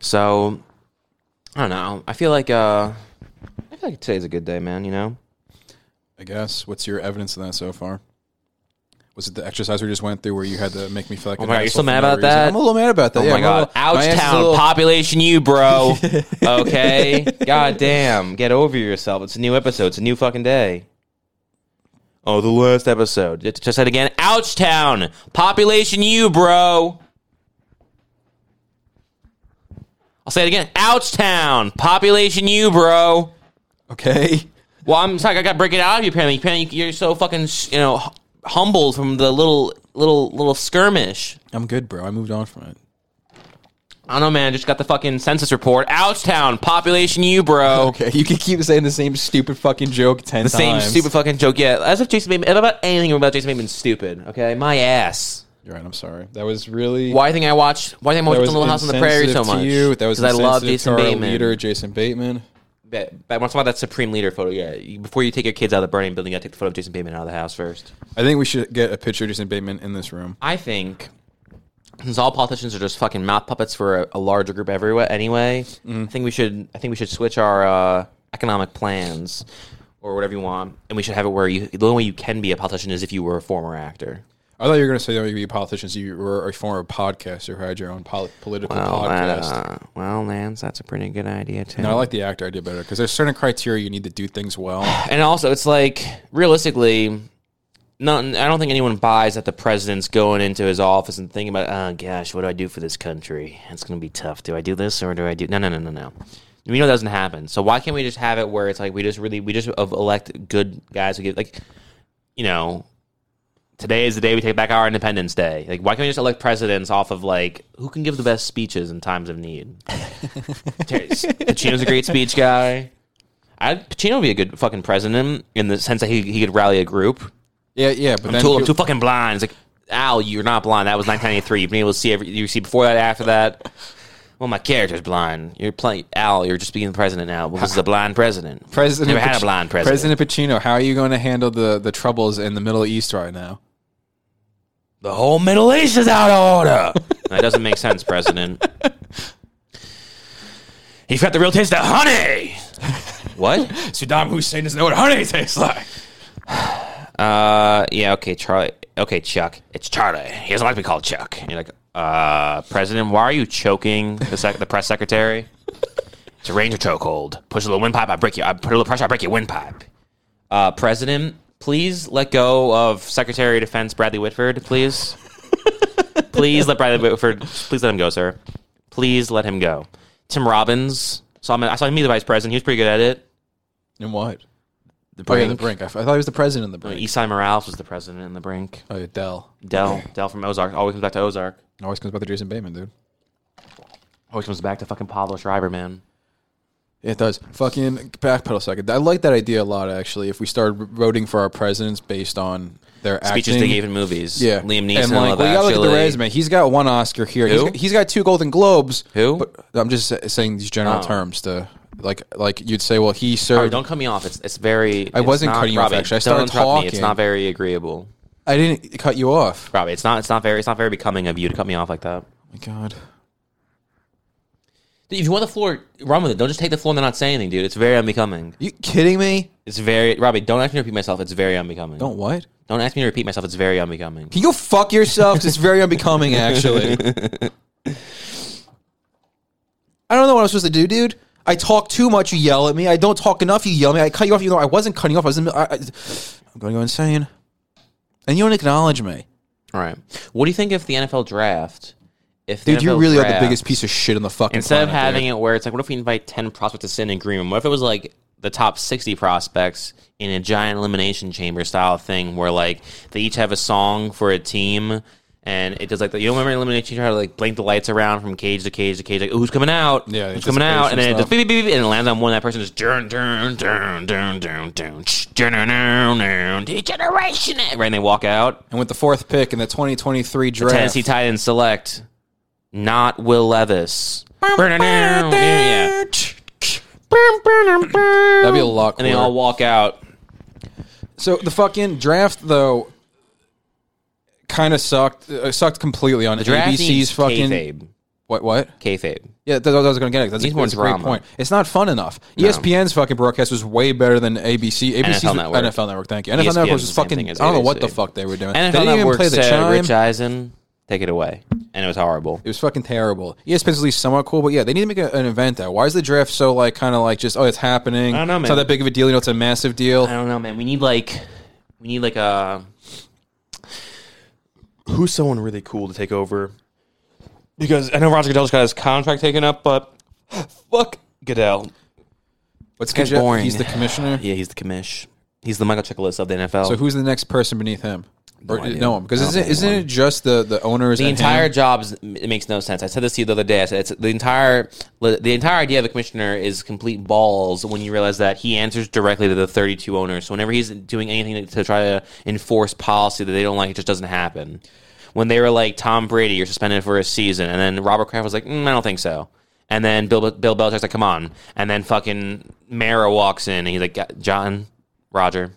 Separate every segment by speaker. Speaker 1: So I don't know. I feel like uh, I feel like today's a good day, man. You know,
Speaker 2: I guess. What's your evidence of that so far? Was it the exercise we just went through where you had to make me feel like?
Speaker 1: Oh
Speaker 2: an
Speaker 1: my God, you're
Speaker 2: asshole
Speaker 1: still
Speaker 2: for
Speaker 1: mad
Speaker 2: no
Speaker 1: about
Speaker 2: reason?
Speaker 1: that?
Speaker 2: I'm a little mad about that.
Speaker 1: Oh
Speaker 2: yeah,
Speaker 1: my
Speaker 2: I'm a
Speaker 1: god.
Speaker 2: little- my ass is a
Speaker 1: Ouchtown,
Speaker 2: little-
Speaker 1: population you, bro. okay. god damn. Get over yourself. It's a new episode. It's a new fucking day. Oh, the last episode. Just just said again. Ouchtown, population you, bro. I'll say it again. Ouchtown, population you, bro.
Speaker 2: okay.
Speaker 1: Well, I'm sorry. I got to break it out of you. Apparently, apparently you're so fucking you know hu- humbled from the little little little skirmish.
Speaker 2: I'm good, bro. I moved on from it.
Speaker 1: I don't know, man. Just got the fucking census report. Ouchtown, population you, bro.
Speaker 2: Okay, you can keep saying the same stupid fucking joke ten
Speaker 1: The same
Speaker 2: times.
Speaker 1: stupid fucking joke. Yeah, as if Jason Bateman, about anything about Jason Bateman's stupid. Okay, my ass.
Speaker 2: You're right. I'm sorry. That was really
Speaker 1: Why do you think I watched? Why do you think I
Speaker 2: That
Speaker 1: watched
Speaker 2: was
Speaker 1: The Little House on the Prairie so
Speaker 2: insensitive to
Speaker 1: much?
Speaker 2: You. That was
Speaker 1: I love
Speaker 2: insensitive
Speaker 1: Jason
Speaker 2: to our
Speaker 1: Bateman.
Speaker 2: Leader Jason Bateman.
Speaker 1: But, but I want to talk about that Supreme Leader photo. Yeah, you- before you take your kids out of the burning building, you got to take the photo of Jason Bateman out of the house first.
Speaker 2: I think we should get a picture of Jason Bateman in this room.
Speaker 1: I think since all politicians are just fucking mouth puppets for a, a larger group everywhere anyway,
Speaker 2: Mm-hmm.
Speaker 1: I think we should I think we should switch our uh, economic plans or whatever you want, and we should have it where you the only way you can be a politician is if you were a former actor.
Speaker 2: I thought you were going to say that you could be politicians. You were a former podcaster who had your own poli- political
Speaker 1: Well, that,
Speaker 2: podcast.
Speaker 1: uh, well, Lance, that's a pretty good idea too.
Speaker 2: No, I like the actor idea better because there's certain criteria you need to do things well.
Speaker 1: and also it's like realistically not, I don't think anyone buys that the president's going into his office and thinking about, oh gosh, what do I do for this country? It's going to be tough. Do I do this or do I do? No, no, no, no, no. We know that doesn't happen. So why can't we just have it where it's like we just really we just of elect good guys who give like, you know, today is the day we take back our Independence Day. Like why can't we just elect presidents off of like who can give the best speeches in times of need? Terry- Pacino's a great speech guy. I Pacino would be a good fucking president in the sense that he, he could rally a group.
Speaker 2: Yeah, yeah, but then
Speaker 1: Tool, I'm
Speaker 2: you-
Speaker 1: too fucking blind. It's like, Al, you're not blind. That was 1993. You've been able to see every you see before that, after that. Well, my character's blind. You're playing Al. You're just being the president now. Well, this is a blind president.
Speaker 2: President
Speaker 1: never had a
Speaker 2: Pac-
Speaker 1: blind president.
Speaker 2: President Pacino, how are you going to handle the, the troubles in the Middle East right now?
Speaker 1: The whole Middle East is out of order. that doesn't make sense, President. He's got the real taste of honey. What?
Speaker 2: Saddam Hussein doesn't know what honey tastes like.
Speaker 1: Uh, yeah, okay, Charlie. Okay, Chuck. It's Charlie. He doesn't like to be called Chuck. And you're like, uh, President, why are you choking the, sec- the press secretary? It's a Ranger chokehold. Push a little windpipe, I break you. I put a little pressure, I break your windpipe. Uh, President, please let go of Secretary of Defense Bradley Whitford, please. please let Bradley Whitford. Please let him go, sir. Please let him go. Tim Robbins. Saw him, I saw him be the vice president. He was pretty good at it.
Speaker 2: And what?
Speaker 1: The
Speaker 2: Oh, yeah, the brink. I, f- I thought he was the president of the brink.
Speaker 1: Esai Morales was the president in the brink.
Speaker 2: Oh, yeah, Dell.
Speaker 1: Dell. Dell from Ozark. Always comes back to Ozark.
Speaker 2: It always comes back to Jason Bateman, dude.
Speaker 1: Always comes back to fucking Pablo Schreiber, man.
Speaker 2: It does. Fucking backpedal second. I like that idea a lot, actually. If we started voting for our presidents based on their
Speaker 1: Speeches
Speaker 2: acting.
Speaker 1: they gave in movies.
Speaker 2: yeah,
Speaker 1: Liam Neeson.
Speaker 2: And like,
Speaker 1: Love
Speaker 2: we gotta look at the
Speaker 1: Actually.
Speaker 2: resume. He's got one Oscar here. He's
Speaker 1: Who?
Speaker 2: got, he's got two Golden Globes.
Speaker 1: Who?
Speaker 2: But I'm just sa- saying these general
Speaker 1: Oh.
Speaker 2: terms. To like, like you'd say, well, he
Speaker 1: All right,
Speaker 2: served.
Speaker 1: don't cut me off. It's it's very.
Speaker 2: I
Speaker 1: it's
Speaker 2: wasn't
Speaker 1: not-
Speaker 2: cutting you off,
Speaker 1: Robbie,
Speaker 2: actually. I
Speaker 1: don't
Speaker 2: started
Speaker 1: interrupt Me. It's
Speaker 2: talking.
Speaker 1: not very agreeable,
Speaker 2: I didn't cut you off.
Speaker 1: Robbie. It's not. It's not very. It's not very becoming of you to cut me off like that.
Speaker 2: Oh my God.
Speaker 1: Dude, if you want the floor, run with it. Don't just take the floor and not say anything, dude. It's very unbecoming.
Speaker 2: You kidding me?
Speaker 1: It's very Robbie. Don't ask me to repeat myself. It's very unbecoming.
Speaker 2: Don't what?
Speaker 1: don't ask me to repeat myself. It's very unbecoming.
Speaker 2: Can you go fuck yourself? it's very unbecoming, actually. I don't know what I'm supposed to do, dude. I talk too much, you yell at me. I don't talk enough, you yell at me. I cut you off, you know. I wasn't cutting you off. I was. In, I, I, I'm going to go insane. And you don't acknowledge me,
Speaker 1: All right. What do you think if the NFL draft? If the
Speaker 2: dude. You
Speaker 1: NFL
Speaker 2: really are
Speaker 1: draft-
Speaker 2: the biggest piece of shit on the fucking.
Speaker 1: Instead of
Speaker 2: planet,
Speaker 1: having
Speaker 2: dude.
Speaker 1: it where it's like, what if we invite 10 prospects to sit in a green room? What if it was like the top 60 prospects in a giant elimination chamber style thing where like they each have a song for a team and it does like, the, you don't remember elimination chamber, how to like blink the lights around from cage to cage to cage, like, who's coming out?
Speaker 2: Yeah,
Speaker 1: Who's coming out? And then it just beep, beep,
Speaker 2: anticipation
Speaker 1: beep, beep, and it lands on one. That person just dun, dun, dun, dun, dun, dun, shh, dun, dun, dun, dun, degeneration. Right. And they walk out.
Speaker 2: and with the fourth pick in the 2023 draft,
Speaker 1: Tennessee Titans select not Will Levis. Yeah, yeah.
Speaker 2: that'd be a lot.
Speaker 1: And they
Speaker 2: cooler.
Speaker 1: all walk out.
Speaker 2: So the fucking draft though kind of sucked. Uh, sucked completely on
Speaker 1: Draft
Speaker 2: ABC's
Speaker 1: needs
Speaker 2: fucking.
Speaker 1: kayfabe.
Speaker 2: What? What?
Speaker 1: Kayfabe.
Speaker 2: Yeah, that, that was going to get it. That's, a,
Speaker 1: Needs more
Speaker 2: that's a great
Speaker 1: drama.
Speaker 2: point. It's not fun enough. E ESPN's fucking broadcast was way better than ABC. ABC's
Speaker 1: NFL Network. E
Speaker 2: NFL Network. Thank you. NFL Network
Speaker 1: ESPN's
Speaker 2: was
Speaker 1: the same
Speaker 2: fucking.
Speaker 1: thing
Speaker 2: I
Speaker 1: as
Speaker 2: don't know what the
Speaker 1: ABC.
Speaker 2: fuck they were doing.
Speaker 1: NFL
Speaker 2: they didn't even
Speaker 1: Network
Speaker 2: play the
Speaker 1: said
Speaker 2: chime.
Speaker 1: Rich Eisen, take it away, and it was horrible.
Speaker 2: It was fucking terrible. ESPN's at least somewhat cool, but yeah, they need to make a, an event out. Why is the draft so like kind of like just oh it's happening?
Speaker 1: I don't know,
Speaker 2: It's not
Speaker 1: man.
Speaker 2: that big of a deal. You know, it's a massive
Speaker 1: I
Speaker 2: deal.
Speaker 1: don't know, man. We need like, we need like a. Who's someone really cool to take over? Because I know Roger Goodell's got his contract taken up, but fuck Goodell.
Speaker 2: What's
Speaker 1: guy's
Speaker 2: Jeff-
Speaker 1: boring.
Speaker 2: He's the commissioner.
Speaker 1: Yeah, he's the commish. He's the Michael Chiklis of the NFL.
Speaker 2: So who's the next person beneath him? Or
Speaker 1: No idea.
Speaker 2: know him because
Speaker 1: I don't
Speaker 2: isn't,
Speaker 1: know
Speaker 2: isn't it just the the owners?
Speaker 1: the
Speaker 2: and him?
Speaker 1: entire job is, it makes no sense. I said this to you the other day. I said it's the entire the entire idea of the commissioner is complete balls when you realize that he answers directly to the 32 owners. So whenever he's doing anything to try to enforce policy that they don't like, it just doesn't happen. When they were like Tom Brady, you're suspended for a season, and then Robert Kraft was like, mm, I don't think so. And then Bill Bill Belichick's like, come on. And then fucking Mara walks in, and he's like, John, Roger,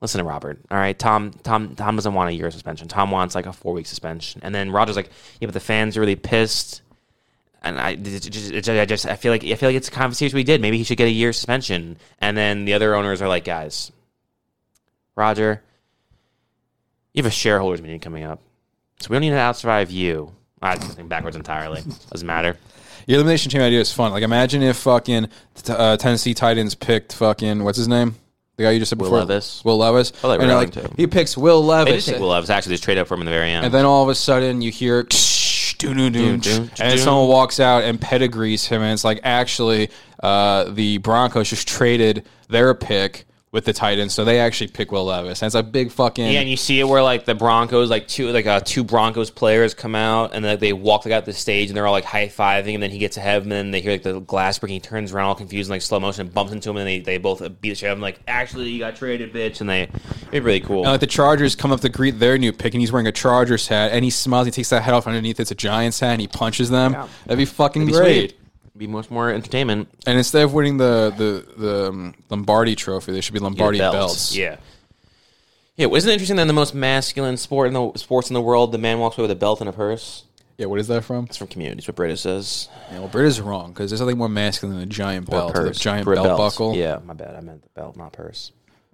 Speaker 1: listen to Robert. All right, Tom. Tom. Tom doesn't want a year suspension. Tom wants like a four week suspension. And then Roger's like, yeah, but the fans are really pissed. And I, it just- it just- I just, I feel like, I feel like it's a conversation we did. Maybe he should get a year suspension. And then the other owners are like, guys, Roger, you have a shareholders meeting coming up, so we don't need to outsurvive you. I just think backwards entirely. Doesn't matter.
Speaker 2: Your elimination chamber idea is fun. Like, imagine if fucking t- uh, Tennessee Titans picked fucking what's his name, the guy you just said before,
Speaker 1: Levis.
Speaker 2: Will Levis.
Speaker 1: like
Speaker 2: and,
Speaker 1: Ryan,
Speaker 2: like,
Speaker 1: too.
Speaker 2: he picks Will
Speaker 1: They did
Speaker 2: Levis,
Speaker 1: take Will Levis. Actually, they trade up from him in the very end.
Speaker 2: uh, and then all of a sudden you hear. doo-doo-doo,
Speaker 1: Doo-doo,
Speaker 2: And then
Speaker 1: doo-doo.
Speaker 2: someone walks out and pedigrees him, and it's like actually uh, the Broncos just traded their pick with the Titans, so they actually pick Will Levis. And it's a big fucking
Speaker 1: Yeah, and you see it where like the Broncos, like two like uh, two Broncos players come out and like, they walk like out the stage and they're all like high fiving and then he gets ahead of him and then they hear like the glass breaking, he turns around all confused and like slow motion bumps into him and they, they both beat the shit out of him like actually you got traded bitch and they it's really cool.
Speaker 2: And like the Chargers come up to greet their new pick, and he's wearing a Chargers hat, and he smiles. He takes that hat off underneath. It's a Giants hat, and he punches them. That'd be fucking
Speaker 1: Be
Speaker 2: great.
Speaker 1: sweet. Be much more entertainment.
Speaker 2: And instead of winning the the, the um, Lombardi Trophy, they should be Lombardi
Speaker 1: Belt.
Speaker 2: belts.
Speaker 1: Yeah. Yeah, wasn't it interesting that in the most masculine sport in the sports in the world, the man walks away with a belt and a purse?
Speaker 2: Yeah, What is that from?
Speaker 1: It's from communities, what Brita says.
Speaker 2: Yeah, well, Britta's wrong because there's nothing more masculine than a giant belt, or a
Speaker 1: purse.
Speaker 2: giant
Speaker 1: Br-
Speaker 2: belt
Speaker 1: belt.
Speaker 2: buckle.
Speaker 1: Yeah, my bad. I meant the belt, not purse.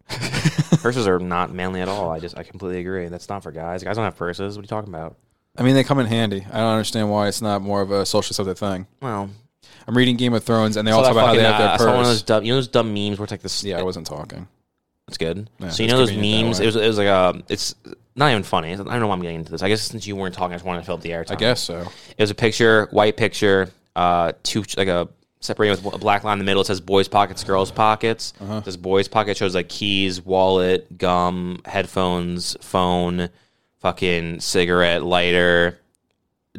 Speaker 1: Purses are not manly at all. I just I completely agree. That's not for guys. Guys don't have purses. What are you talking about?
Speaker 2: I mean, they come in handy. I don't understand why it's not more of a social accepted thing.
Speaker 1: Well,
Speaker 2: I'm reading Game of Thrones, and they all talk about how they have
Speaker 1: I
Speaker 2: their
Speaker 1: saw uh, one of
Speaker 2: purse.
Speaker 1: those dumb, you know those dumb memes where it's like this.
Speaker 2: Yeah, I wasn't talking.
Speaker 1: it's good. so you
Speaker 2: it's
Speaker 1: know those
Speaker 2: convenient
Speaker 1: memes.
Speaker 2: that way.
Speaker 1: It was it was like a. It's not even funny. I don't know why I'm getting into this. I guess since you weren't talking, I just wanted to fill up the airtime.
Speaker 2: I guess so.
Speaker 1: It was a picture, white picture, uh, two like a separating with a black line in the middle. It says boys' pockets, girls' pockets. This boys' pocket shows like keys, wallet, gum, headphones, phone, fucking cigarette, lighter,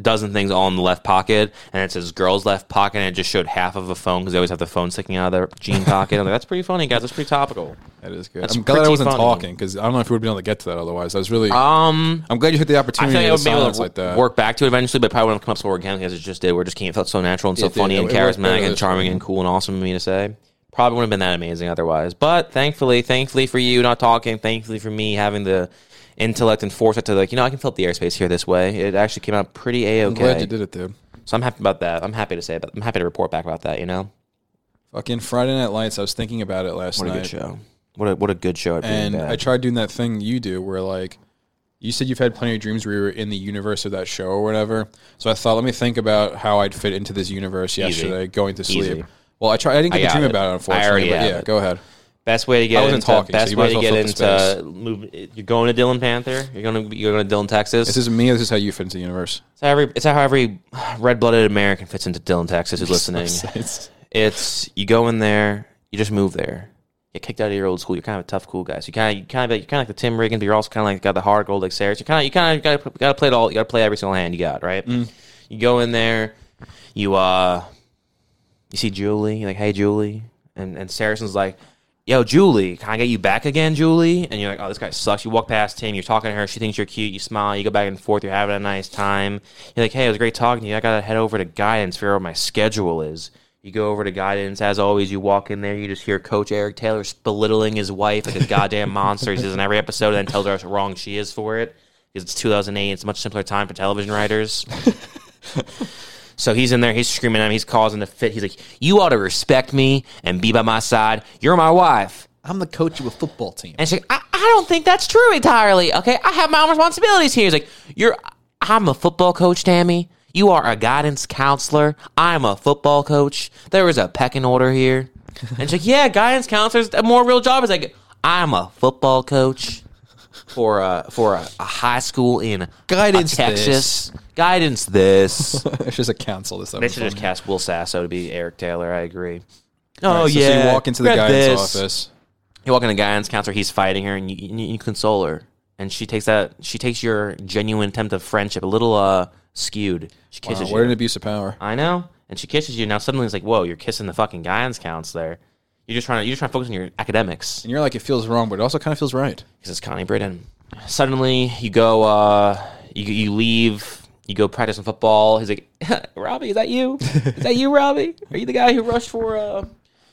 Speaker 1: dozen things all in the left pocket. And it says girls' left pocket, and it just showed half of a phone because they always have the phone sticking out of their jean pocket. I'm like, that's pretty funny, guys. That's pretty topical.
Speaker 2: That is good.
Speaker 1: That's
Speaker 2: I'm glad I
Speaker 1: pretty
Speaker 2: wasn't
Speaker 1: funny.
Speaker 2: talking because I don't know if we would be able to get to that otherwise. I was really.
Speaker 1: Um.
Speaker 2: I'm glad you hit the
Speaker 1: I
Speaker 2: opportunity.
Speaker 1: think I
Speaker 2: to
Speaker 1: would be able
Speaker 2: silence
Speaker 1: to
Speaker 2: like that.
Speaker 1: work back to it eventually, but probably wouldn't come up so organically as it just did. Where it just came, it felt so natural and so
Speaker 2: It did.
Speaker 1: funny and
Speaker 2: It- mm-hmm. it worked better
Speaker 1: charismatic and
Speaker 2: this
Speaker 1: charming and cool and awesome of me to say. Probably wouldn't have been that amazing otherwise. But thankfully, thankfully for you not talking, thankfully for me having the intellect and foresight to like, you know, I can fill up the airspace here this way. It actually came out pretty a
Speaker 2: I'm glad you
Speaker 1: okay.
Speaker 2: did it, dude.
Speaker 1: So I'm happy about that. I'm happy to say, but I'm happy to report back about that. You know,
Speaker 2: Fucking Friday Night Lights. I was thinking about it last
Speaker 1: what a
Speaker 2: night,
Speaker 1: good show. What a what a good show. At
Speaker 2: and
Speaker 1: and
Speaker 2: I tried doing that thing you do, where like you said you've had plenty of dreams where you were in the universe of that show or whatever. So I thought, let me think about how I'd fit into this universe yesterday, going to sleep.
Speaker 1: Easy.
Speaker 2: Well, I tried. I didn't get
Speaker 1: I
Speaker 2: to dream
Speaker 1: got it.
Speaker 2: about it, unfortunately.
Speaker 1: I already
Speaker 2: but
Speaker 1: have
Speaker 2: yeah,
Speaker 1: it.
Speaker 2: go ahead.
Speaker 1: Best way to get
Speaker 2: I wasn't
Speaker 1: into
Speaker 2: talking, so
Speaker 1: best
Speaker 2: you might
Speaker 1: way
Speaker 2: as
Speaker 1: to
Speaker 2: well
Speaker 1: get
Speaker 2: fill up the
Speaker 1: into uh, move, you're going to Dylan Panther. You're going to you're going to Dylan Texas.
Speaker 2: This isn't me. This is how you fit into the universe.
Speaker 1: It's how every it's how every red blooded American fits into Dillon, Texas who's listening.
Speaker 2: It's-
Speaker 1: It's you go in there, you just move there. Get kicked out of your old school. You're kind of a tough, cool guy. So you kind of, you kind of, you're kind of like the Tim Riggins, but you're also kind of like got the hard gold like Sarah. So you kind of, you kind of got to, got to play it all. You got to play every single hand you got, right? You go in there, you uh, you see Julie, you're like, hey, Julie. And, and Saracen's like, yo, Julie, can I get you back again, Julie? And you're like, oh, this guy sucks. You walk past him, you're talking to her, she thinks you're cute, you smile, you go back and forth, you're having a nice time. You're like, hey, it was great talking to you. I got to head over to guidance, figure out what my schedule is. You go over to guidance, as always, you walk in there, you just hear Coach Eric Taylor belittling his wife like a goddamn monster. He says in every episode and then tells her how wrong she is for it. Because it's 2008, it's a much simpler time for television writers. So he's in there, he's screaming at him, he's causing the fit. He's like, You ought to respect me and be by my side. You're my wife.
Speaker 2: I'm the coach of a football team.
Speaker 1: And she's like, I, I don't think that's true entirely. Okay, I have my own responsibilities here. He's like, You're I'm a football coach, Tammy. You are a guidance counselor. I'm a football coach. There is a pecking order here. And she's like, Yeah, guidance counselor's a more real job. He's like, I'm a football coach for a for a, a high school in
Speaker 2: Guidance
Speaker 1: Texas. Guidance this.
Speaker 2: it's just a council this
Speaker 1: They should just cast Will Sasso to be Eric Taylor. I agree.
Speaker 2: Oh
Speaker 1: Oh
Speaker 2: so,
Speaker 1: yeah.
Speaker 2: So you walk into the
Speaker 1: Read
Speaker 2: guidance
Speaker 1: this.
Speaker 2: office.
Speaker 1: You walk in the guidance counselor. He's fighting her, and you, you, you console her, and she takes that. She takes your genuine attempt of friendship a little uh skewed. She
Speaker 2: Wow,
Speaker 1: kisses
Speaker 2: we're
Speaker 1: you.
Speaker 2: an abuse of power.
Speaker 1: I know, and she kisses you. Now suddenly it's like, whoa, you're kissing the fucking guidance counselor. You're just trying to you're just trying to focus on your academics
Speaker 2: And you're like, it feels wrong, but it also kind of feels right.
Speaker 1: because it's Connie Britton. Suddenly you go uh you you leave. You go practice some football. He's like, Robbie, is that you? Is that you, Robbie? Are you the guy who rushed for uh?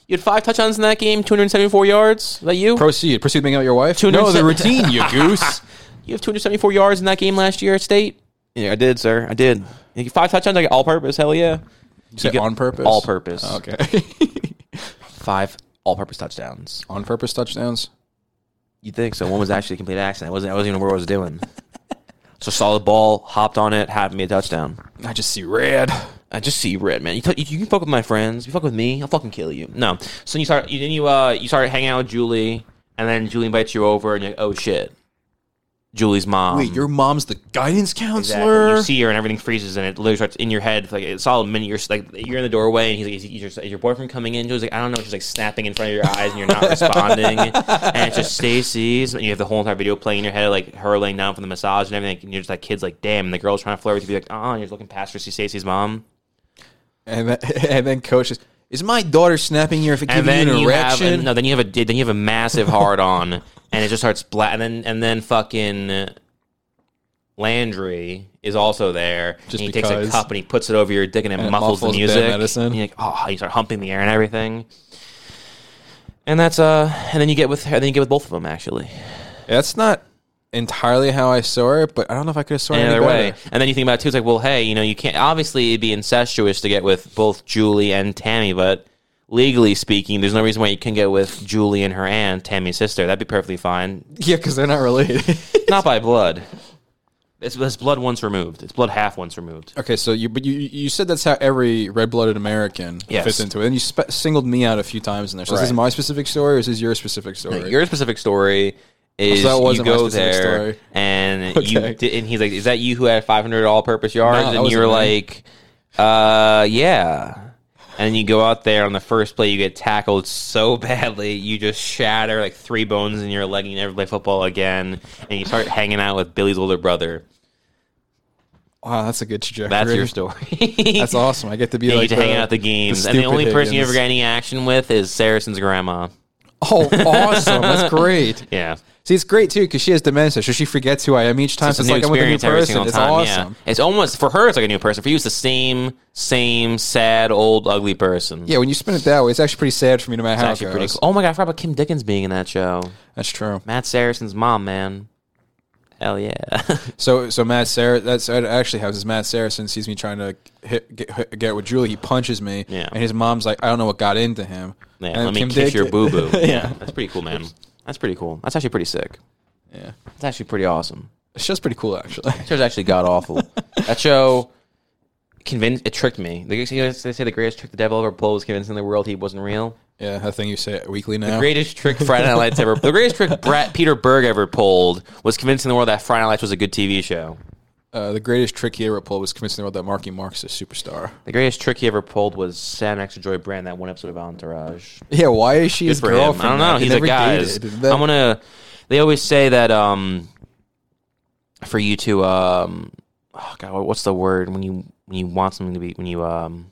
Speaker 1: You had five touchdowns in that game, 274 yards. Is that you?
Speaker 2: Proceed. Proceed making out your wife. No, the
Speaker 1: 207
Speaker 2: routine, you goose.
Speaker 1: You have 274 yards in that game last year at state. Yeah, I did, sir. I did. You get Five touchdowns, I get all purpose. Hell yeah.
Speaker 2: You say
Speaker 1: get
Speaker 2: on purpose?
Speaker 1: All purpose.
Speaker 2: Okay.
Speaker 1: Oh, Five all purpose touchdowns.
Speaker 2: on purpose touchdowns.
Speaker 1: You think so? One was actually a complete accident. I wasn't. I wasn't even aware what I was doing. so saw the ball, hopped on it, had me a touchdown.
Speaker 2: I just see red.
Speaker 1: I just see you red, man. You, t- you can fuck with my friends. You fuck with me, I'll fucking kill you. No. So you start. You, then you uh you start hanging out with Julie, and then Julie invites you over, and you're like, oh shit, Julie's mom.
Speaker 2: Wait, your mom's the guidance
Speaker 1: Exactly.
Speaker 2: counselor.
Speaker 1: You see her and everything freezes, and it literally starts in your head. Like it's all a minute. You're like you're in the doorway, and he's like, "Is, is your, is your boyfriend coming in?" She's like, "I don't know." She's like snapping in front of your eyes, and you're not responding. and it's just Stacy's, and you have the whole entire video playing in your head, like her laying down from the massage and everything. And you're just like, "Kids, like, damn." And the girl's trying to flirt with you, be like, "Oh," and you're looking past her, see Stacy's mom,
Speaker 2: and then, and then coach is, is my daughter snapping here if it
Speaker 1: and
Speaker 2: gives you an
Speaker 1: then you have
Speaker 2: erection?
Speaker 1: no, then you have a then you have a massive hard on, and it just starts black, and then and then fucking. Landry is also there.
Speaker 2: Just
Speaker 1: and he takes a
Speaker 2: because.
Speaker 1: cup and he puts it over your dick and it,
Speaker 2: And it
Speaker 1: muffles,
Speaker 2: muffles
Speaker 1: the
Speaker 2: bad
Speaker 1: music.
Speaker 2: medicine.
Speaker 1: And you're like, oh, you start humping the air and everything. And that's uh, and then you get with and then you get with both of them actually.
Speaker 2: That's not entirely how I saw it, but I don't know if I could have saw it
Speaker 1: Any
Speaker 2: any
Speaker 1: other way,
Speaker 2: better.
Speaker 1: and then you think about it too. It's like, well, hey, you know, you can't obviously it'd be incestuous to get with both Julie and Tammy, but legally speaking, there's no reason why you can get with Julie and her aunt, Tammy's sister. That'd be perfectly fine.
Speaker 2: Yeah, because they're not related.
Speaker 1: Not by blood. It's, it's blood once removed. It's blood half once removed.
Speaker 2: okay, so you but you you said that's how every red-blooded American
Speaker 1: Yes.
Speaker 2: fits into it, and you spe- singled me out a few times in there. So this is
Speaker 1: Right.
Speaker 2: my specific story, or is this your specific story?
Speaker 1: Your specific story is
Speaker 2: Oh, So that wasn't
Speaker 1: you
Speaker 2: my
Speaker 1: go
Speaker 2: specific
Speaker 1: there
Speaker 2: story.
Speaker 1: and
Speaker 2: Okay.
Speaker 1: you did, and he's like, "Is that you who had 500 all-purpose yards?"
Speaker 2: No, that
Speaker 1: and you're
Speaker 2: wasn't me.
Speaker 1: like, "Uh, yeah." And you go out there on the first play, you get tackled so badly, you just shatter like three bones in your leg, and you never play football again. And you start hanging out with Billy's older brother.
Speaker 2: wow, that's a good trajectory.
Speaker 1: That's your story.
Speaker 2: That's awesome. I get to be
Speaker 1: And
Speaker 2: like
Speaker 1: you get to hang out at the games, and the
Speaker 2: stupid
Speaker 1: only person you ever
Speaker 2: Higgins.
Speaker 1: get any action with is Saracen's grandma.
Speaker 2: Oh, awesome! That's great.
Speaker 1: Yeah.
Speaker 2: See, it's great too because she has dementia, so she forgets who I am each time.
Speaker 1: it's
Speaker 2: So
Speaker 1: a
Speaker 2: it's
Speaker 1: new
Speaker 2: like I'm with a new
Speaker 1: experience every
Speaker 2: person.
Speaker 1: single
Speaker 2: It's
Speaker 1: time.
Speaker 2: awesome.
Speaker 1: Yeah, it's almost for her. It's like a new person. For you, it's the same, same sad, old, ugly person.
Speaker 2: Yeah. when you spin it that way, it's actually pretty sad for me, no matter
Speaker 1: it's
Speaker 2: how
Speaker 1: actually
Speaker 2: it
Speaker 1: pretty.
Speaker 2: goes.
Speaker 1: Cool. Oh my god, I forgot about Kim Dickens being in that show.
Speaker 2: That's true.
Speaker 1: Matt Saracen's mom, man. Hell yeah.
Speaker 2: So, so Matt Sarah, that's that actually happens. Matt Saracen sees me trying to hit, get, get with Julie. He punches me,
Speaker 1: Yeah.
Speaker 2: and his mom's like, "I don't know what got into him."
Speaker 1: yeah
Speaker 2: And
Speaker 1: let me
Speaker 2: Kim
Speaker 1: kiss
Speaker 2: Dick-
Speaker 1: your boo boo. yeah.
Speaker 2: yeah,
Speaker 1: that's pretty cool, man. That's pretty cool. That's actually pretty sick.
Speaker 2: yeah.
Speaker 1: That's actually pretty awesome.
Speaker 2: It's just pretty cool, actually.
Speaker 1: That show's actually god awful. that show convinced it tricked me. They, you know, they say the greatest trick the devil ever pulled was convincing the world he wasn't real.
Speaker 2: Yeah, that thing you say weekly now.
Speaker 1: greatest trick Friday Night Lights ever. The greatest trick Brad Peter Berg ever pulled was convincing the world that Friday Night Lights was a good TV show.
Speaker 2: uh, the greatest trick he ever pulled was convincing the world that Marky Mark's a superstar.
Speaker 1: The greatest trick he ever pulled was Sam Extra Joy Brand that one episode of Entourage.
Speaker 2: Yeah, why is she his
Speaker 1: Good for him.
Speaker 2: girlfriend?
Speaker 1: I don't know.
Speaker 2: now? They
Speaker 1: He's a
Speaker 2: never
Speaker 1: guy.
Speaker 2: dated. That-
Speaker 1: I'm gonna. They always say that um, for you to um, oh god, what- what's the word when you when you want something to be when you um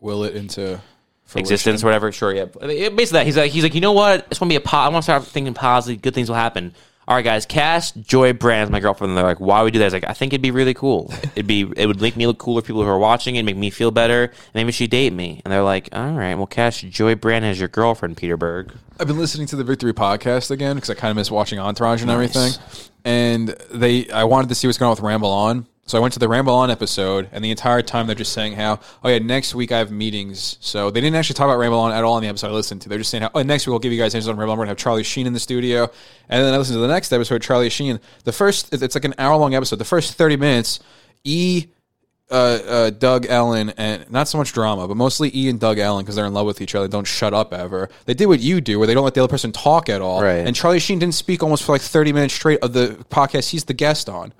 Speaker 2: will it into fruition.
Speaker 1: existence or whatever. Sure, yeah. Basically, that he's like he's like you know what? It's gonna be a po- I want to start thinking positive. Good things will happen. All right, guys. Cast Joy Brand as my girlfriend. And they're like, why would we do that? It's like, I think it'd be really cool. It'd be it would make me look cooler. to People who are watching it make me feel better. Maybe she date me. And they're like, all right, well, cast Joy Brand as your girlfriend, Peter Berg.
Speaker 2: I've been listening to the Victory podcast again because I kind of miss watching Entourage and everything. And they, I wanted to see what's going on with Ramble On, So I went to the Ramble On episode, and the entire time they're just saying how, oh yeah, next week I have meetings. So they didn't actually talk about Ramble On at all in the episode I listened to. They're just saying how, oh, next week we'll give you guys answers on Ramble On. We're gonna have Charlie Sheen in the studio, and then I listened to the next episode, Charlie Sheen. The first, it's like an hour long episode. The first thirty minutes, E uh, uh, Doug Allen and not so much drama, but mostly E and Doug Allen because they're in love with each other. and Don't shut up ever. They did what you do, where they don't let the other person talk at all.
Speaker 1: Right.
Speaker 2: And Charlie Sheen didn't speak almost for like thirty minutes straight of the podcast he's the guest on.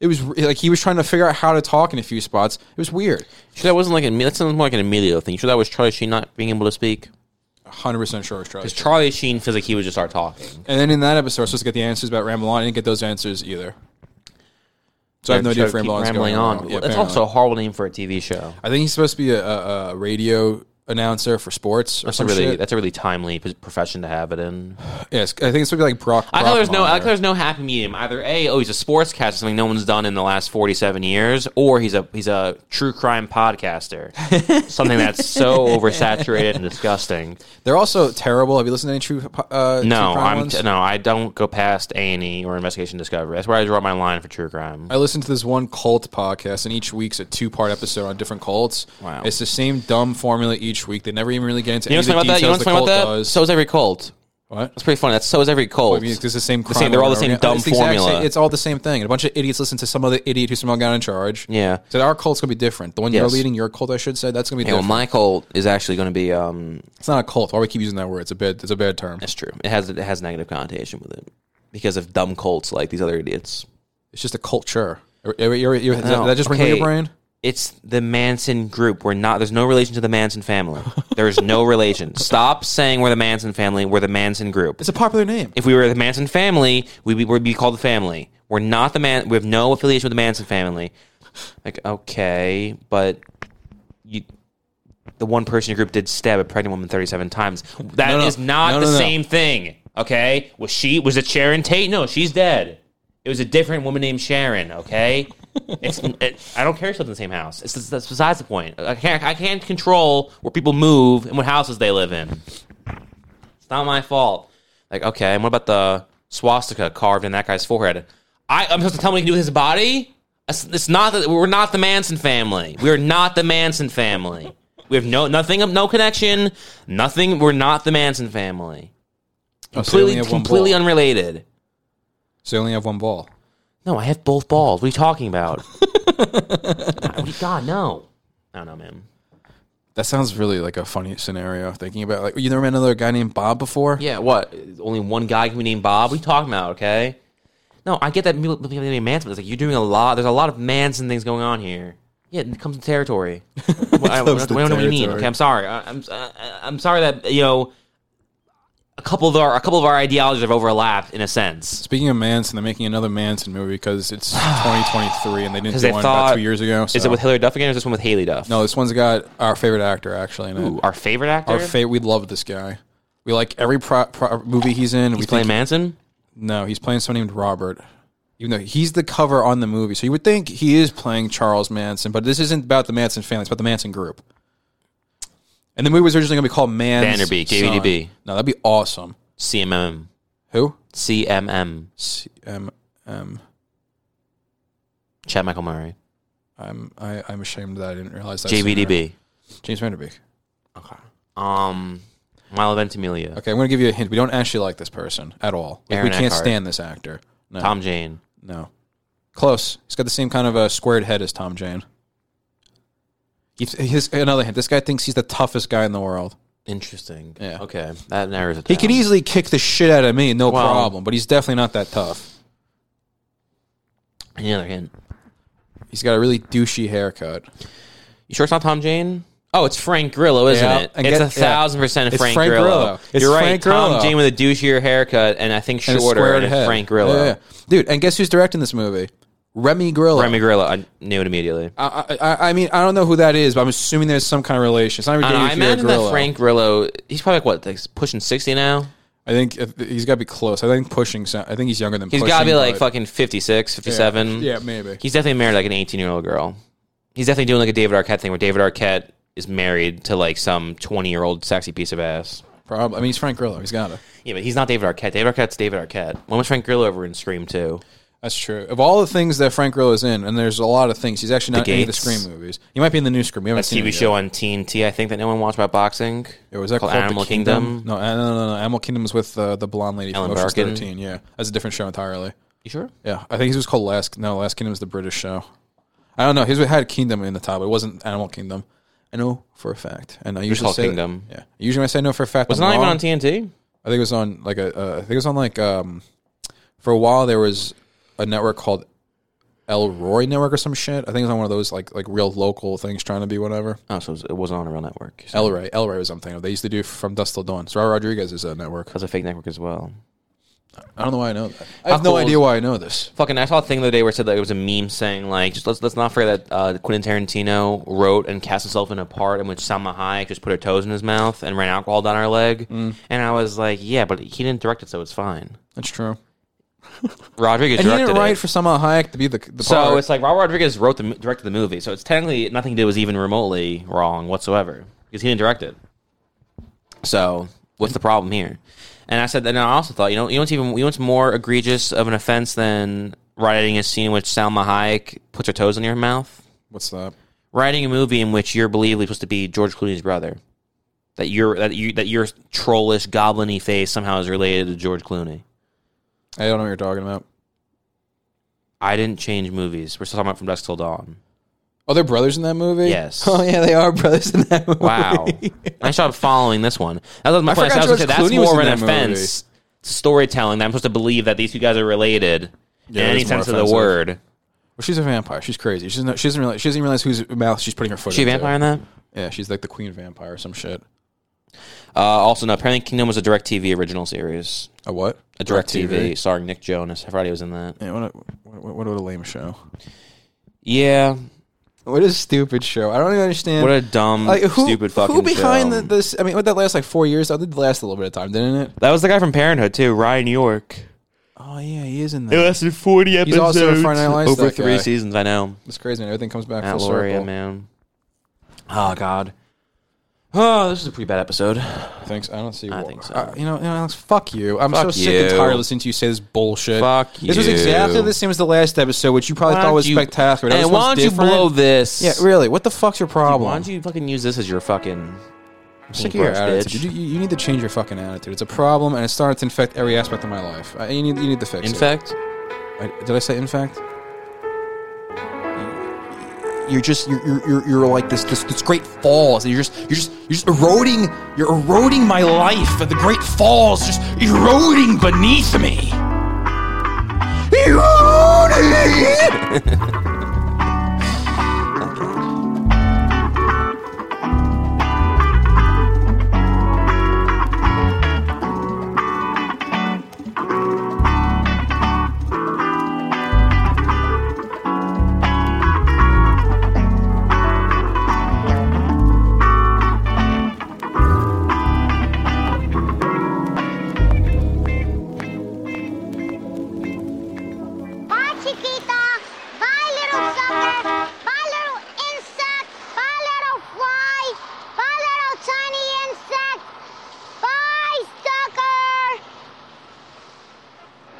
Speaker 2: It was re- like he was trying to figure out how to talk in a few spots. It was weird.
Speaker 1: Sure, that wasn't like an, that sounds more like an Emilio thing. Sure, that was Charlie Sheen not being able to speak.
Speaker 2: Hundred percent sure it was Charlie. Sheen.
Speaker 1: Charlie Sheen feels like he would just start talking.
Speaker 2: And then in that episode, I was supposed to get the answers about Ramble On. I didn't get those answers either. So I have no idea if
Speaker 1: Keep
Speaker 2: Ramble On's
Speaker 1: rambling
Speaker 2: going
Speaker 1: on.
Speaker 2: on.
Speaker 1: Well,
Speaker 2: Yeah,
Speaker 1: That's
Speaker 2: apparently.
Speaker 1: also a horrible name for a TV show.
Speaker 2: I think he's supposed to be a, a, a radio announcer for sports or
Speaker 1: That's a
Speaker 2: something.
Speaker 1: really
Speaker 2: shit.
Speaker 1: that's a really timely p- profession to have it in.
Speaker 2: Yes, I think it's supposed to be like Brock.
Speaker 1: I thought there's no
Speaker 2: Brockmon
Speaker 1: I
Speaker 2: or-
Speaker 1: thought there's no happy medium. Either a oh he's a sportscaster something no one's done in the last 47 years, or he's a he's a true crime podcaster, something that's so oversaturated and disgusting.
Speaker 2: They're also terrible. Have you listened to any true? Uh, true
Speaker 1: No,
Speaker 2: crime
Speaker 1: I'm
Speaker 2: ones?
Speaker 1: t- no I don't go past A and E or Investigation Discovery. That's where I draw my line for true crime.
Speaker 2: I listened to this one cult podcast, and each week's a two-part episode on different cults.
Speaker 1: Wow.
Speaker 2: It's the same dumb formula each week. They never even really get into
Speaker 1: You know
Speaker 2: any
Speaker 1: what's funny
Speaker 2: of
Speaker 1: about
Speaker 2: the
Speaker 1: that? You know what's
Speaker 2: details the
Speaker 1: funny
Speaker 2: cult
Speaker 1: about that?
Speaker 2: does.
Speaker 1: So is every cult.
Speaker 2: what?
Speaker 1: That's pretty funny. That's so is every cult.
Speaker 2: I mean, it's the same. Crime
Speaker 1: same- they're all the
Speaker 2: over and
Speaker 1: same
Speaker 2: over again. It's
Speaker 1: dumb
Speaker 2: the exact
Speaker 1: formula.
Speaker 2: same- it's all the same thing. And a bunch of idiots listen to some other idiot who somehow got in charge.
Speaker 1: Yeah.
Speaker 2: So our cult's gonna be different. The one you're
Speaker 1: Yes.
Speaker 2: leading, your cult, I should say, that's gonna be
Speaker 1: Yeah, well,
Speaker 2: different.
Speaker 1: my cult is actually going to be. Um,
Speaker 2: it's not a cult. Why do we keep using that word? It's a bad. It's a bad term.
Speaker 1: that's true. It has it has negative connotation with it because of dumb cults like these other idiots.
Speaker 2: It's just a culture. You're- you're- you're- does that,
Speaker 1: No,
Speaker 2: that just ring through
Speaker 1: okay.
Speaker 2: your brain?
Speaker 1: It's the Manson group. We're not. There's no relation to the Manson family. There's no relation. Stop saying we're the Manson family. We're the Manson group.
Speaker 2: It's a popular name.
Speaker 1: If we were the Manson family, we'd be, we'd be called the family. We're not the man. We have no affiliation with the Manson family. Like okay, but you. The one person in your group did stab a pregnant woman 37 times. That is
Speaker 2: No, no.
Speaker 1: not
Speaker 2: No,
Speaker 1: the
Speaker 2: no, no.
Speaker 1: same thing. Okay? Was she was it Sharon Tate? No, she's dead. It was a different woman named Sharon, okay? It's it, I don't care if she lives in the same house. It's, that's besides the point. I can't I can't control where people move and what houses they live in. It's not my fault. Like, okay, and what about the swastika carved in that guy's forehead? I, I'm supposed to tell him what he can do with his body? It's, it's not that we're not the Manson family. We're not the Manson family. We have no nothing, no connection, nothing. We're not the Manson family.
Speaker 2: Oh, so they only
Speaker 1: Completely,
Speaker 2: have one
Speaker 1: completely
Speaker 2: ball.
Speaker 1: unrelated.
Speaker 2: So they only have one ball.
Speaker 1: No, I have both balls. What are you talking about? God, God, no, no, no, man.
Speaker 2: That sounds really like a funny scenario. Thinking about like you never met another guy named Bob before.
Speaker 1: Yeah, what? Only one guy can be named Bob? What are you talking about, okay? No, I get that people people can be named Manson, but it's like you're doing a lot. There's a lot of Manson things going on here. Yeah, it comes with territory. Well, I,
Speaker 2: comes
Speaker 1: we don't know
Speaker 2: with
Speaker 1: what you mean.
Speaker 2: territory.
Speaker 1: Okay, I'm sorry. I, I'm I, I'm sorry that you know a couple of our a couple of our ideologies have overlapped in a sense
Speaker 2: Speaking of Manson, they're making another Manson movie because it's 2023 and they didn't do
Speaker 1: because they
Speaker 2: one
Speaker 1: thought
Speaker 2: about two years ago.
Speaker 1: Is
Speaker 2: so-
Speaker 1: it with Hillary Duff again, or is this one with Haley Duff?
Speaker 2: No, this one's got our favorite actor actually in it.
Speaker 1: Ooh, our favorite actor.
Speaker 2: Our fa- we love this guy. We like every pro- pro- movie he's in. we
Speaker 1: He's playing
Speaker 2: think-
Speaker 1: Manson.
Speaker 2: No, he's playing someone named Robert. Even though he's the cover on the movie, so you would think he is playing Charles Manson, but this isn't about the Manson family. It's about the Manson group. And the movie was originally going to be called Man's
Speaker 1: Vanderbeek,
Speaker 2: Son.
Speaker 1: JVDB.
Speaker 2: No, that'd be awesome.
Speaker 1: CMM.
Speaker 2: Who?
Speaker 1: CMM.
Speaker 2: C- um, um,
Speaker 1: Chad Michael Murray.
Speaker 2: I'm I, I'm ashamed that I didn't realize that. sooner.
Speaker 1: JVDB.
Speaker 2: James Vanderbeek.
Speaker 1: Okay. Um, Milo Ventimiglia.
Speaker 2: Okay, I'm going to give you a hint. We don't actually like this person at all. Like, we
Speaker 1: Aaron
Speaker 2: can't
Speaker 1: Eckhart.
Speaker 2: stand this actor. No,
Speaker 1: Tom Jane.
Speaker 2: no, close. He's got the same kind of a squared head as Tom Jane. He, his, another hint. This guy thinks he's the toughest guy in the world.
Speaker 1: Interesting.
Speaker 2: Yeah.
Speaker 1: Okay. That narrows it.
Speaker 2: He could easily kick the shit out of me, no
Speaker 1: Wow.
Speaker 2: problem. But he's definitely not that tough.
Speaker 1: Any other hint?
Speaker 2: He's got a really douchey haircut.
Speaker 1: You sure it's not Tom Jane? Oh, it's Frank Grillo, isn't
Speaker 2: Yeah,
Speaker 1: it?
Speaker 2: and
Speaker 1: It's
Speaker 2: get-
Speaker 1: a thousand percent
Speaker 2: It's
Speaker 1: Frank,
Speaker 2: Frank
Speaker 1: Grillo.
Speaker 2: Grillo. It's
Speaker 1: You're right.
Speaker 2: Frank
Speaker 1: Tom
Speaker 2: Grillo.
Speaker 1: Jane with a douchier haircut and I think
Speaker 2: And a
Speaker 1: shorter.
Speaker 2: squared
Speaker 1: And it's
Speaker 2: head.
Speaker 1: Frank Grillo.
Speaker 2: Yeah, yeah, yeah. dude. And guess who's directing this movie? Remy Grillo.
Speaker 1: Remy Grillo. I knew it immediately.
Speaker 2: I, I- I, I mean, I don't know who that is, but I'm assuming there's some kind of relation. It's not even
Speaker 1: Uh, I, don't know, I
Speaker 2: David Fury
Speaker 1: imagine
Speaker 2: Grillo.
Speaker 1: that Frank Grillo. He's probably like what, like pushing sixty now.
Speaker 2: I think uh, he's got to be close. I think pushing. so- I think he's younger than.
Speaker 1: He's
Speaker 2: pushing,
Speaker 1: got to be like
Speaker 2: but-
Speaker 1: fucking 56, 57.
Speaker 2: Yeah, maybe.
Speaker 1: He's definitely married like an 18 year old girl. He's definitely doing like a David Arquette thing where David Arquette is married to like some 20 year old sexy piece of ass.
Speaker 2: Probably. I mean, he's Frank Grillo. He's got to.
Speaker 1: Yeah, but he's not David Arquette. David Arquette's David Arquette. When was Frank Grillo over in Scream 2?
Speaker 2: That's true. Of all the things that Frank Grillo's in, and there's a lot of things, he's actually not in any of the
Speaker 1: Gates.
Speaker 2: Scream movies. He might be in the new Scream. We haven't
Speaker 1: A
Speaker 2: seen it
Speaker 1: TV
Speaker 2: yet.
Speaker 1: show on TNT, I think, that no one watched about boxing.
Speaker 2: It was that
Speaker 1: called
Speaker 2: called, The
Speaker 1: Animal Kingdom?
Speaker 2: No, no, no, no, no. Animal Kingdom was with uh, the blonde lady
Speaker 1: Ellen
Speaker 2: from Ocean's
Speaker 1: Barkin?
Speaker 2: Thirteen. Yeah, that's a different show entirely.
Speaker 1: You sure?
Speaker 2: Yeah, I think his was called Last. No, Last Kingdom is the British show. I don't know. His had Kingdom in the top. It wasn't Animal Kingdom. I know for a fact, and I usually
Speaker 1: called
Speaker 2: say
Speaker 1: Kingdom.
Speaker 2: Yeah, usually when I say no for a fact.
Speaker 1: Was it
Speaker 2: I'm
Speaker 1: not even
Speaker 2: wrong.
Speaker 1: on TNT?
Speaker 2: I think it was on like a. Uh, I think it was on like um, for a while there was a network called El Roy Network or some shit. I think it was on one of those like like real local things trying to be whatever.
Speaker 1: Oh, so it was- it wasn't on a real network. So
Speaker 2: El Roy, El Roy was something they used to do from Dust Till Dawn. Sarah Rodriguez is a network.
Speaker 1: that was a fake network as well.
Speaker 2: I don't know why I know that. I
Speaker 1: How
Speaker 2: have no
Speaker 1: cool
Speaker 2: idea
Speaker 1: is-
Speaker 2: why I know this.
Speaker 1: Fucking, I saw a thing the other day where it said that it was a meme saying like, just let's let's not forget that uh, Quentin Tarantino wrote and cast himself in a part in which Salma Hayek just put her toes in his mouth and ran alcohol down her leg. And I was like, yeah, but he didn't direct it, so it's fine.
Speaker 2: That's true.
Speaker 1: Rodriguez
Speaker 2: And he
Speaker 1: directed
Speaker 2: didn't write
Speaker 1: it.
Speaker 2: for Salma Hayek to be the the
Speaker 1: so
Speaker 2: part.
Speaker 1: it's like Robert Rodriguez wrote the mo- directed the movie, so it's technically nothing to do was even remotely wrong whatsoever because he didn't direct it. So what's the problem here? And I said, and I also thought, you know, you know what's even you know what's more egregious of an offense than writing a scene in which Salma Hayek puts her toes in your mouth?
Speaker 2: What's that?
Speaker 1: Writing a movie in which you're believably supposed to be George Clooney's brother. That your that you that your trollish gobliny face somehow is related to George Clooney.
Speaker 2: I don't know what you're talking about.
Speaker 1: I didn't change movies. We're still talking about From Dusk Till Dawn.
Speaker 2: Oh, they're brothers in that movie.
Speaker 1: Yes.
Speaker 2: Oh yeah, they are brothers in that movie.
Speaker 1: Wow. I started following this one. That was my
Speaker 2: I
Speaker 1: point. I
Speaker 2: forgot
Speaker 1: was gonna say,
Speaker 2: George
Speaker 1: that's
Speaker 2: Clooney was
Speaker 1: more of
Speaker 2: in
Speaker 1: an
Speaker 2: that movie.
Speaker 1: offense to storytelling that I'm supposed to believe that these two guys are related
Speaker 2: Yeah,
Speaker 1: in any
Speaker 2: it's more
Speaker 1: sense of the
Speaker 2: offensive.
Speaker 1: word.
Speaker 2: Well, she's a vampire. She's crazy. She's not, she doesn't realize she doesn't even realize whose mouth she's putting her foot.
Speaker 1: Is she a
Speaker 2: into.
Speaker 1: vampire in that?
Speaker 2: Yeah, she's like the queen vampire or some shit.
Speaker 1: Uh, also, no. Apparently, Kingdom was a direct TV original series.
Speaker 2: A what?
Speaker 1: A direct TV starring Nick Jonas. I forgot he was in that.
Speaker 2: Yeah, what, a, what, what, what a lame show.
Speaker 1: Yeah.
Speaker 2: What a stupid show. I don't even understand.
Speaker 1: What a dumb,
Speaker 2: like, who,
Speaker 1: stupid fucking
Speaker 2: Who behind
Speaker 1: show.
Speaker 2: the, this? I mean, what that last like four years? That did last a little bit of time, didn't it?
Speaker 1: that was the guy from Parenthood, too, Ryan York.
Speaker 2: Oh yeah, he is in
Speaker 1: It
Speaker 2: that.
Speaker 1: lasted 40 episodes.
Speaker 2: He's also in Friday Night Lights,
Speaker 1: Over
Speaker 2: that
Speaker 1: three
Speaker 2: guy.
Speaker 1: seasons, I know.
Speaker 2: It's crazy, man. Everything comes back
Speaker 1: Matt
Speaker 2: full
Speaker 1: Loria,
Speaker 2: circle.
Speaker 1: man. Oh, God. Oh, this is a pretty bad episode.
Speaker 2: Thanks. I don't see. I
Speaker 1: think so.
Speaker 2: you, know, you know, Alex. Fuck you. I'm so
Speaker 1: Fuck
Speaker 2: sick and
Speaker 1: you.
Speaker 2: tired of listening to you say this bullshit.
Speaker 1: Fuck
Speaker 2: This was
Speaker 1: you.
Speaker 2: exactly the same as the last episode, which you probably
Speaker 1: Why
Speaker 2: thought
Speaker 1: don't
Speaker 2: was
Speaker 1: you-
Speaker 2: spectacular. but
Speaker 1: And why
Speaker 2: this
Speaker 1: don't
Speaker 2: one's different.
Speaker 1: you blow this?
Speaker 2: Yeah, really. What the fuck's your problem?
Speaker 1: Why don't you fucking use this as your fucking
Speaker 2: Sick of your
Speaker 1: paintbrush,
Speaker 2: attitude.
Speaker 1: bitch?
Speaker 2: You, you- you need to change your fucking attitude. It's a problem, and it's starting to infect every aspect of my life. Uh, you need you need to fix
Speaker 1: In
Speaker 2: it.
Speaker 1: fact,
Speaker 2: I, did I say infect? You're just you're, you're, you're, you're like this, this this great falls. You're just you're just you're just eroding you're eroding my life. The great falls just eroding beneath me. Eroding.